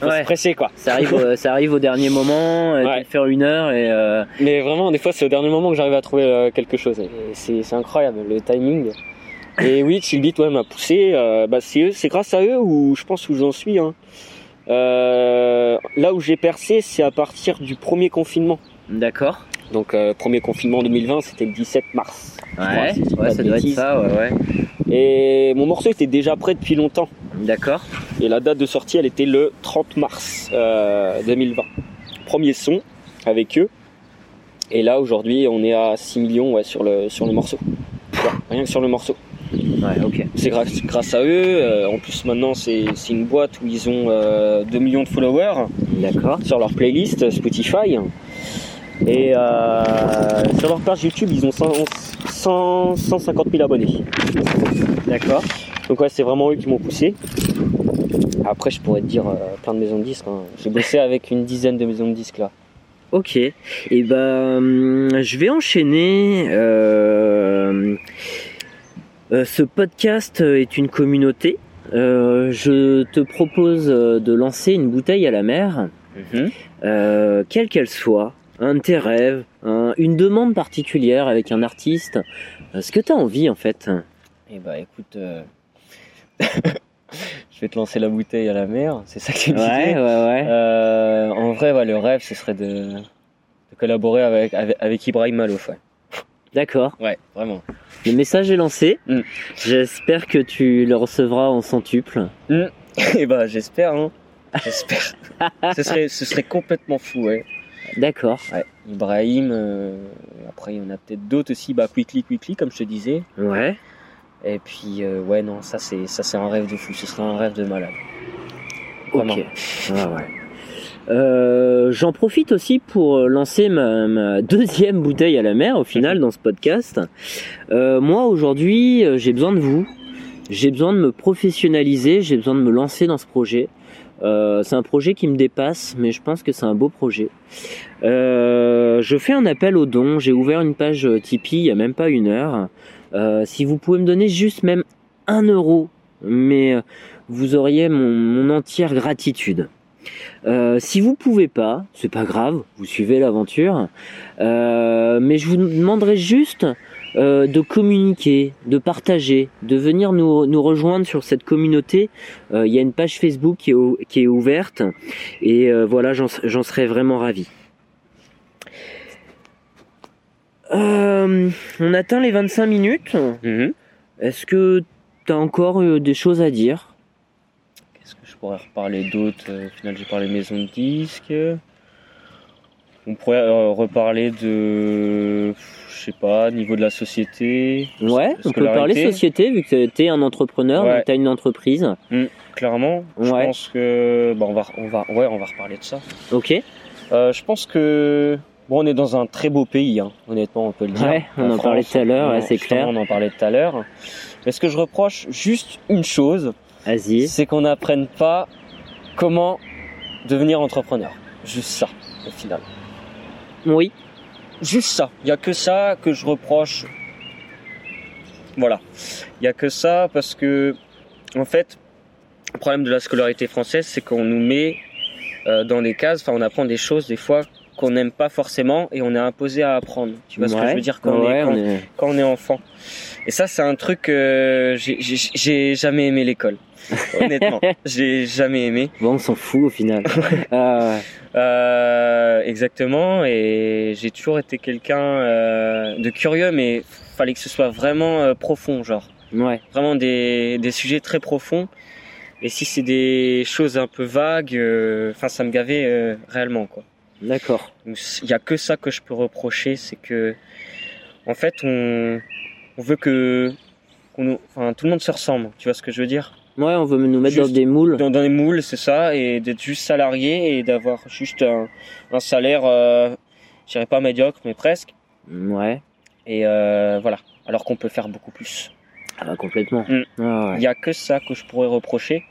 Speaker 3: faut
Speaker 1: Ouais.
Speaker 3: se presser, quoi.
Speaker 1: Ça arrive,
Speaker 3: *laughs*
Speaker 1: euh, ça arrive au dernier moment, euh,
Speaker 3: Ouais.
Speaker 1: tu peux faire une heure et euh,
Speaker 3: Mais vraiment, des fois, c'est au dernier moment que j'arrive à trouver euh, quelque chose. Et c'est c'est incroyable, le timing. Et oui, Chillbeat, ouais, m'a poussé. Euh, bah, c'est eux- c'est grâce à eux où je pense où j'en suis. hein. Euh, là où j'ai percé, c'est à partir du premier confinement.
Speaker 1: d'accord.
Speaker 3: Donc, euh, premier confinement 2020, c'était le 17 mars. je crois,
Speaker 1: Ouais,
Speaker 3: si je dis pas
Speaker 1: ouais, ça
Speaker 3: de
Speaker 1: doit être
Speaker 3: bêtises.
Speaker 1: ça, ouais, ouais.
Speaker 3: Et mon morceau était déjà prêt depuis longtemps.
Speaker 1: D'accord.
Speaker 3: Et la date de sortie, elle était le 30 mars euh, 2020. Premier son avec eux. Et là, aujourd'hui, on est à 6 millions ouais, sur, le, sur le morceau. Tu vois, rien que sur le morceau.
Speaker 1: Ouais, ok.
Speaker 3: C'est grâce, grâce à eux. euh, en plus, maintenant, c'est c'est une boîte où ils ont euh, 2 millions de followers
Speaker 1: D'accord.
Speaker 3: sur leur playlist euh, Spotify. Et euh, sur leur page YouTube, ils ont 100 100 150 000 abonnés.
Speaker 1: D'accord.
Speaker 3: Donc ouais, c'est vraiment eux qui m'ont poussé. Après, je pourrais te dire euh, plein de maisons de disques. hein. J'ai bossé avec une dizaine de maisons de disques là.
Speaker 1: Ok. Et ben, hum, je vais enchaîner. euh, euh, ce podcast est une communauté. Euh, je te propose euh, de lancer une bouteille à la mer. euh, quelle qu'elle soit, un de tes rêves, un- une demande particulière avec un artiste, euh, ce que tu as envie en fait.
Speaker 3: Et bah écoute, euh, je vais te lancer la bouteille à la mer. C'est ça que tu me
Speaker 1: *laughs*
Speaker 3: disais.
Speaker 1: ouais.
Speaker 3: Euh, en vrai, ouais, le rêve, ce serait de, de collaborer avec, avec, avec Ibrahim Malouf. Ouais.
Speaker 1: D'accord.
Speaker 3: ouais, *laughs* vraiment.
Speaker 1: Le message est lancé.
Speaker 3: Mm.
Speaker 1: J'espère que tu le recevras en centuple.
Speaker 3: Et bah j'espère. Hein. J'espère. *laughs* ce, serait, ce serait complètement fou. Ouais.
Speaker 1: D'accord.
Speaker 3: Ouais, Ibrahim. euh, après, il y en a peut-être d'autres aussi. Bah Quickly, Quickly, comme je te disais.
Speaker 1: Ouais.
Speaker 3: Et puis euh, ouais non ça c'est ça c'est un rêve de fou, ce serait un rêve de malade.
Speaker 1: Ok.
Speaker 3: Vraiment.
Speaker 1: Ouais, ouais. Euh, J'en profite aussi pour lancer ma, ma deuxième bouteille à la mer au final dans ce podcast. Euh, moi aujourd'hui euh, j'ai besoin de vous, j'ai besoin de me professionnaliser, j'ai besoin de me lancer dans ce projet. Euh, c'est un projet qui me dépasse mais je pense que c'est un beau projet. Euh, je fais un appel aux dons, j'ai ouvert une page euh, Tipeee il n'y a même pas une heure. Euh, si vous pouvez me donner juste même un euro, mais euh, vous auriez mon, mon entière gratitude. Euh, si vous pouvez pas, c'est pas grave, vous suivez l'aventure. Euh, mais je vous demanderai juste euh, de communiquer, de partager, de venir nous, nous rejoindre sur cette communauté. Euh, Il y a une page Facebook qui est, ou- qui est ouverte et euh, voilà, j'en j'en serais vraiment ravi. Euh, on atteint les 25 minutes.
Speaker 5: Mhm.
Speaker 1: Est-ce que tu as encore euh, des choses à dire
Speaker 3: Qu'est-ce que je pourrais reparler d'autre Euh, Au final, j'ai parlé maison de disques. On pourrait euh, reparler de. Je sais pas, niveau de la société.
Speaker 1: Ouais, on peut parler
Speaker 3: scolarité.
Speaker 1: société vu que tu es un entrepreneur,
Speaker 3: Ouais.
Speaker 1: tu as une entreprise.
Speaker 3: Clairement, je
Speaker 1: Ouais.
Speaker 3: pense que. Bah, on, va, on, va, ouais, on va reparler de ça.
Speaker 1: Ok
Speaker 3: Euh, je pense que. Bon, on est dans un très beau pays, hein. honnêtement, on peut le dire.
Speaker 1: Ouais, on en parlait tout à l'heure,
Speaker 3: on-
Speaker 1: ouais, c'est
Speaker 3: justement,
Speaker 1: clair.
Speaker 3: On en parlait tout à l'heure. Mais ce que je reproche, juste une chose,
Speaker 1: Vas-y.
Speaker 3: c'est qu'on n'apprenne pas comment devenir entrepreneur. Juste ça, au final.
Speaker 1: Oui,
Speaker 3: Juste ça. Il n'y a que ça que je reproche. Voilà. Il n'y a que ça parce que, en fait, le problème de la scolarité française, c'est qu'on nous met euh, dans des cases, enfin, on apprend des choses des fois qu'on n'aime pas forcément et on est imposé à apprendre. Tu vois ce que
Speaker 1: Ouais.
Speaker 3: je veux dire quand, on
Speaker 1: Ouais,
Speaker 3: est- quand-
Speaker 1: on est-
Speaker 3: quand on est enfant. Et ça, c'est un truc que j'ai- j'ai j'ai jamais aimé
Speaker 1: *laughs*
Speaker 3: l'école. Honnêtement, j'ai jamais aimé.
Speaker 1: Bon, on s'en fout au
Speaker 3: *laughs*
Speaker 1: final. Euh,
Speaker 3: Euh, exactement, et j'ai toujours été quelqu'un euh, de curieux, mais fallait que ce soit vraiment euh, profond, genre
Speaker 1: ouais,
Speaker 3: vraiment des, des sujets très profonds. Et si c'est des choses un peu vagues, euh, enfin ça me gavait euh, réellement quoi.
Speaker 1: d'accord.
Speaker 3: Donc, Il y a que ça que je peux reprocher, c'est que en fait on, on veut que qu'on nous- enfin, tout le monde se ressemble, tu vois ce que je veux dire
Speaker 1: Ouais, on veut nous mettre dans
Speaker 3: Juste
Speaker 1: des moules.
Speaker 3: dans, dans les moules, c'est ça, et d'être juste salarié et d'avoir juste un, un salaire, euh, je dirais pas médiocre, mais presque.
Speaker 1: Ouais,
Speaker 3: Et euh, voilà, alors qu'on peut faire beaucoup plus.
Speaker 1: ah bah complètement.
Speaker 3: Mm.
Speaker 1: Ah
Speaker 3: Il
Speaker 1: ouais.
Speaker 3: n'y a que ça que je pourrais reprocher.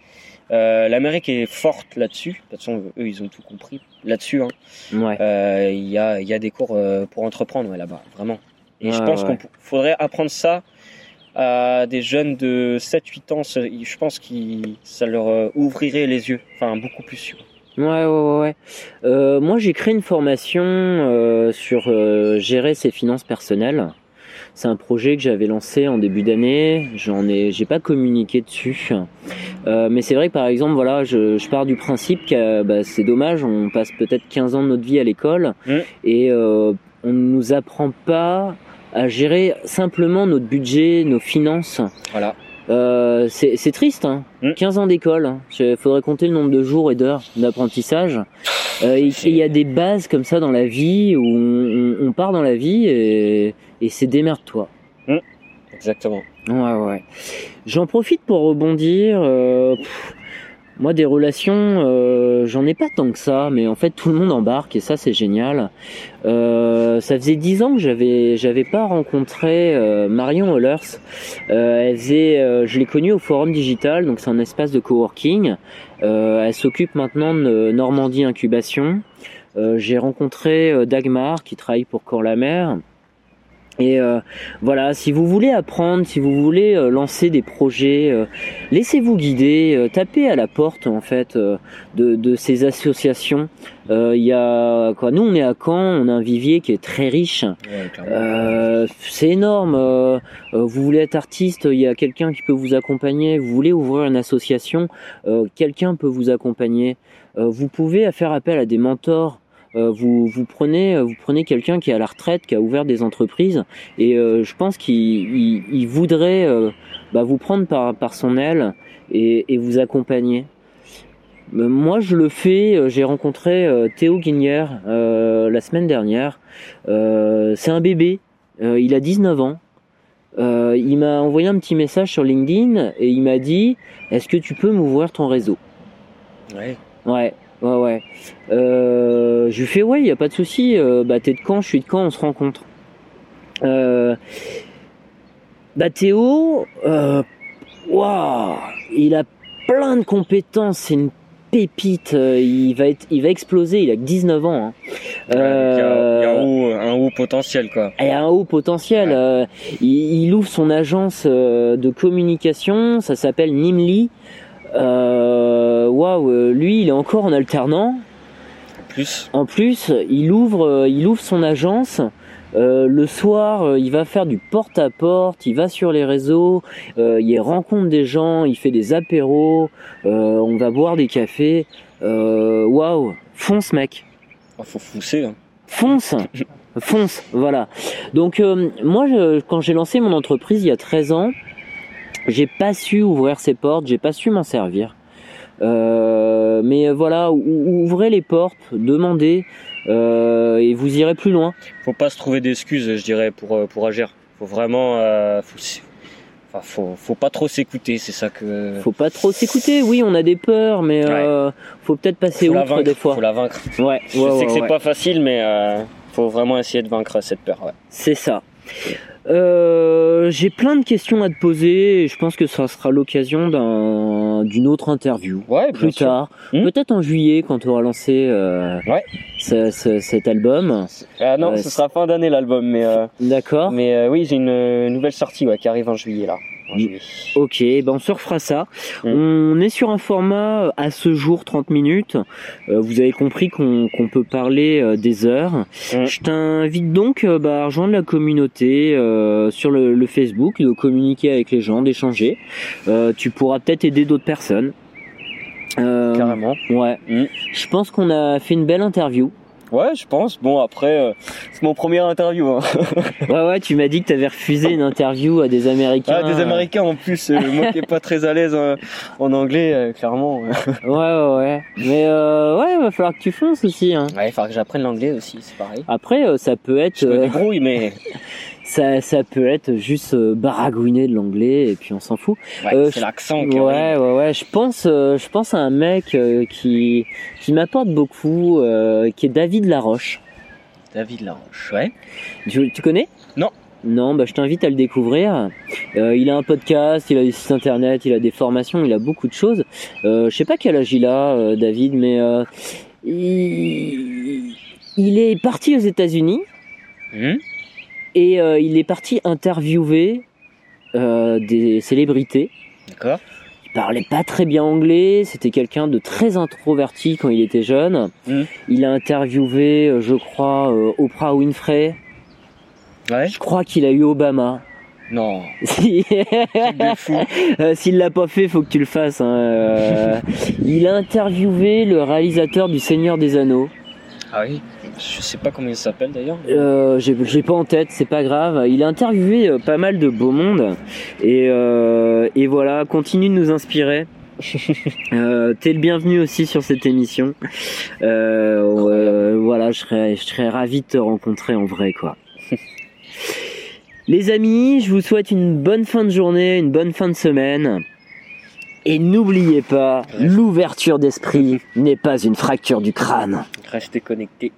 Speaker 3: Euh, L'Amérique est forte là-dessus. De toute façon, eux, ils ont tout compris là-dessus. hein.
Speaker 1: Ouais.
Speaker 3: Euh, Il y, a, il y a des cours euh, pour entreprendre ouais, là-bas, vraiment. Et je
Speaker 1: Ouais,
Speaker 3: pense
Speaker 1: ouais.
Speaker 3: qu'on pou- faudrait apprendre ça à des jeunes de 7-8 ans. Ça- Je pense que ça leur euh, ouvrirait les yeux, enfin beaucoup plus.
Speaker 1: Ouais, ouais, ouais. ouais. Euh, moi, j'ai créé une formation euh, sur euh, gérer ses finances personnelles. C'est un projet que j'avais lancé en début d'année. J'en ai, j'ai pas communiqué dessus. Euh, mais c'est vrai que par exemple, voilà, je, je pars du principe que bah, c'est dommage, on passe peut-être 15 ans de notre vie à l'école
Speaker 3: Mm.
Speaker 1: et euh, on ne nous apprend pas à gérer simplement notre budget, nos finances.
Speaker 3: Voilà.
Speaker 1: Euh, c'est c'est triste, hein.
Speaker 3: Mm.
Speaker 1: 15 ans d'école, hein. Je- faudrait compter le nombre de jours et d'heures d'apprentissage. Euh, il, il y a des bases comme ça dans la vie où on, on- on part dans la vie et, et c'est démerde-toi.
Speaker 3: Exactement.
Speaker 1: Ouais, ouais. J'en profite pour rebondir. euh, pff, moi, des relations, euh, j'en ai pas tant que ça, mais en fait, tout le monde embarque et ça, c'est génial. Euh, ça faisait dix ans que j'avais, j'avais pas rencontré euh, Marion Hollers. Euh, elle faisait, euh, je l'ai connue au Forum Digital, donc c'est un espace de coworking. Euh, elle s'occupe maintenant de Normandie Incubation. Euh, j'ai rencontré euh, Dagmar qui travaille pour Corps-la-Mer. Et euh, voilà, si vous voulez apprendre, si vous voulez euh, lancer des projets, euh, laissez-vous guider, euh, tapez à la porte en fait euh, de, de ces associations. Euh, Il y a quoi Nous, on est à Caen, on a un vivier qui est très riche. Euh, c'est énorme. euh, euh, vous voulez être artiste, il y a quelqu'un qui peut vous accompagner. Vous voulez ouvrir une association, euh, quelqu'un peut vous accompagner. Euh, vous pouvez faire appel à des mentors. Euh, vous, vous prenez, euh, vous prenez quelqu'un qui est à la retraite, qui a ouvert des entreprises, et euh, je pense qu'il il- il voudrait euh, bah, vous prendre par, par son aile et, et vous accompagner. Euh, Moi, je le fais. euh, J'ai rencontré euh, Théo Guignard euh, la semaine dernière. Euh, c'est un bébé, Euh, il a 19 ans. Euh, il m'a envoyé un petit message sur LinkedIn et il m'a dit Est-ce que tu peux m'ouvrir ton réseau
Speaker 3: Ouais.
Speaker 1: Ouais, ouais, ouais. Euh, je lui fais Ouais, il n'y a pas de souci. Euh, bah, t'es de Caen, je suis de Caen, on se rencontre. Euh, bah, Théo, euh, waouh, il a plein de compétences, c'est une pépite. Euh, Il va, être, il va exploser, il a que 19 ans. hein.
Speaker 3: Il y a,
Speaker 1: Euh,
Speaker 3: un, haut, un haut potentiel, quoi.
Speaker 1: et un haut potentiel.
Speaker 3: Ouais.
Speaker 1: Euh, il, il ouvre son agence euh, de communication, ça s'appelle Nimly. Euh, Waouh, euh, lui, il est encore en alternant.
Speaker 3: Plus.
Speaker 1: En plus, il ouvre, euh, il ouvre son agence. Euh, le soir, euh, il va faire du porte-à-porte, il va sur les réseaux, euh, il rencontre des gens, il fait des apéros, euh, on va boire des cafés. Euh, Waouh, fonce mec,
Speaker 3: Ah, faut foncer. hein.
Speaker 1: fonce, fonce, voilà. Donc euh, moi, je- quand j'ai lancé mon entreprise il y a 13 ans, j'ai pas su ouvrir ses portes, j'ai pas su m'en servir. Euh, mais voilà, ou- ou- ouvrez les portes, demandez euh, et vous irez plus loin.
Speaker 3: Faut pas se trouver d'excuses, je dirais, pour, euh, pour agir. Faut vraiment. euh, faut, s- enfin, faut, faut pas trop s'écouter, c'est ça que.
Speaker 1: Faut pas trop s'écouter, oui, on a des peurs, mais
Speaker 3: Ouais.
Speaker 1: euh, faut peut-être passer
Speaker 3: faut la
Speaker 1: outre
Speaker 3: vaincre.
Speaker 1: des fois.
Speaker 3: Faut la vaincre.
Speaker 1: Ouais, ouais,
Speaker 3: *laughs* Je
Speaker 1: ouais,
Speaker 3: sais que c'est
Speaker 1: ouais.
Speaker 3: pas facile, mais euh, faut vraiment essayer de vaincre cette peur. ouais.
Speaker 1: C'est ça. Euh, J'ai plein de questions à te poser et je pense que ça sera l'occasion d'un- d'une autre interview.
Speaker 3: Ouais, bien
Speaker 1: Plus
Speaker 3: sûr.
Speaker 1: tard,
Speaker 3: Hmm.
Speaker 1: peut-être en juillet quand tu auras lancé euh,
Speaker 3: Ouais.
Speaker 1: ce- ce- cet album.
Speaker 3: Ah non,
Speaker 1: Euh,
Speaker 3: ce sera fin d'année l'album, mais euh,
Speaker 1: D'accord
Speaker 3: mais euh, oui, j'ai une euh, nouvelle sortie ouais, qui arrive en juillet là. En
Speaker 1: Mm.
Speaker 3: juillet.
Speaker 1: Ok, ben on se refera ça.
Speaker 3: Mm.
Speaker 1: On est sur un format euh, à ce jour 30 minutes. Euh, vous avez compris qu'on qu'on peut parler euh, des heures.
Speaker 3: Mm.
Speaker 1: Je t'invite donc euh, bah, à rejoindre la communauté euh, sur le, le Facebook, de communiquer avec les gens, d'échanger. Euh, tu pourras peut-être aider d'autres personnes. Euh,
Speaker 3: Carrément.
Speaker 1: Ouais.
Speaker 3: Mm.
Speaker 1: Je pense qu'on a fait une belle interview.
Speaker 3: Ouais, je pense. Bon après, euh, c'est mon première interview. Hein.
Speaker 1: Ouais, ouais, tu m'as dit que tu avais refusé une interview à des Américains.
Speaker 3: Ah, des Américains en plus, euh, moi qui est pas très à l'aise euh, en anglais, euh, clairement. Ouais,
Speaker 1: Ouais, ouais, ouais. Mais euh, ouais, va falloir que tu fonces aussi. Hein.
Speaker 3: il faudra que j'apprenne l'anglais aussi, c'est pareil.
Speaker 1: Après, euh, ça peut être,
Speaker 3: Je me
Speaker 1: euh,
Speaker 3: débrouille, *laughs* mais
Speaker 1: ça, ça peut être juste euh, baragouiner de l'anglais et puis on s'en fout.
Speaker 3: ouais,
Speaker 1: Euh,
Speaker 3: c'est
Speaker 1: je-
Speaker 3: l'accent. qui est horrible.
Speaker 1: Ouais, ouais, ouais. Je pense, euh, je pense à un mec euh, qui qui m'apporte beaucoup, euh, qui est David Laroche.
Speaker 3: David Laroche. Ouais.
Speaker 1: Tu, tu connais
Speaker 3: Non.
Speaker 1: Non, bah je t'invite à le découvrir. Euh, il a un podcast, il a des sites internet, il a des formations, il a beaucoup de choses. Euh, je sais pas quel âge il a, euh, David, mais euh, il, il est parti aux États-Unis.
Speaker 3: Hmm.
Speaker 1: Et euh, il est parti interviewer euh, des célébrités.
Speaker 3: D'accord.
Speaker 1: Il parlait pas très bien anglais, c'était quelqu'un de très introverti quand il était jeune.
Speaker 3: Mhm.
Speaker 1: Il a interviewé, euh, je crois, euh, Oprah Winfrey.
Speaker 3: Ouais.
Speaker 1: Je crois qu'il a eu Obama. *laughs*
Speaker 3: Non.
Speaker 1: Si-
Speaker 3: truc de *laughs* fou.
Speaker 1: euh, S'il l'a pas fait, faut que tu le fasses. hein, euh. il a interviewé le réalisateur du Seigneur des Anneaux.
Speaker 3: Ah oui. Je sais pas comment il s'appelle d'ailleurs.
Speaker 1: Euh, j'ai j'ai pas en tête, c'est pas grave. Il a interviewé euh, pas mal de beau monde et, euh, et voilà, continue de nous inspirer. euh, T'es le bienvenu aussi sur cette émission. Euh, euh, voilà, je serais, je serais ravi de te rencontrer en vrai, quoi. Les amis, je vous souhaite une bonne fin de journée, une bonne fin de semaine. Et n'oubliez pas, l'ouverture d'esprit n'est pas une fracture du crâne.
Speaker 3: Restez connectés.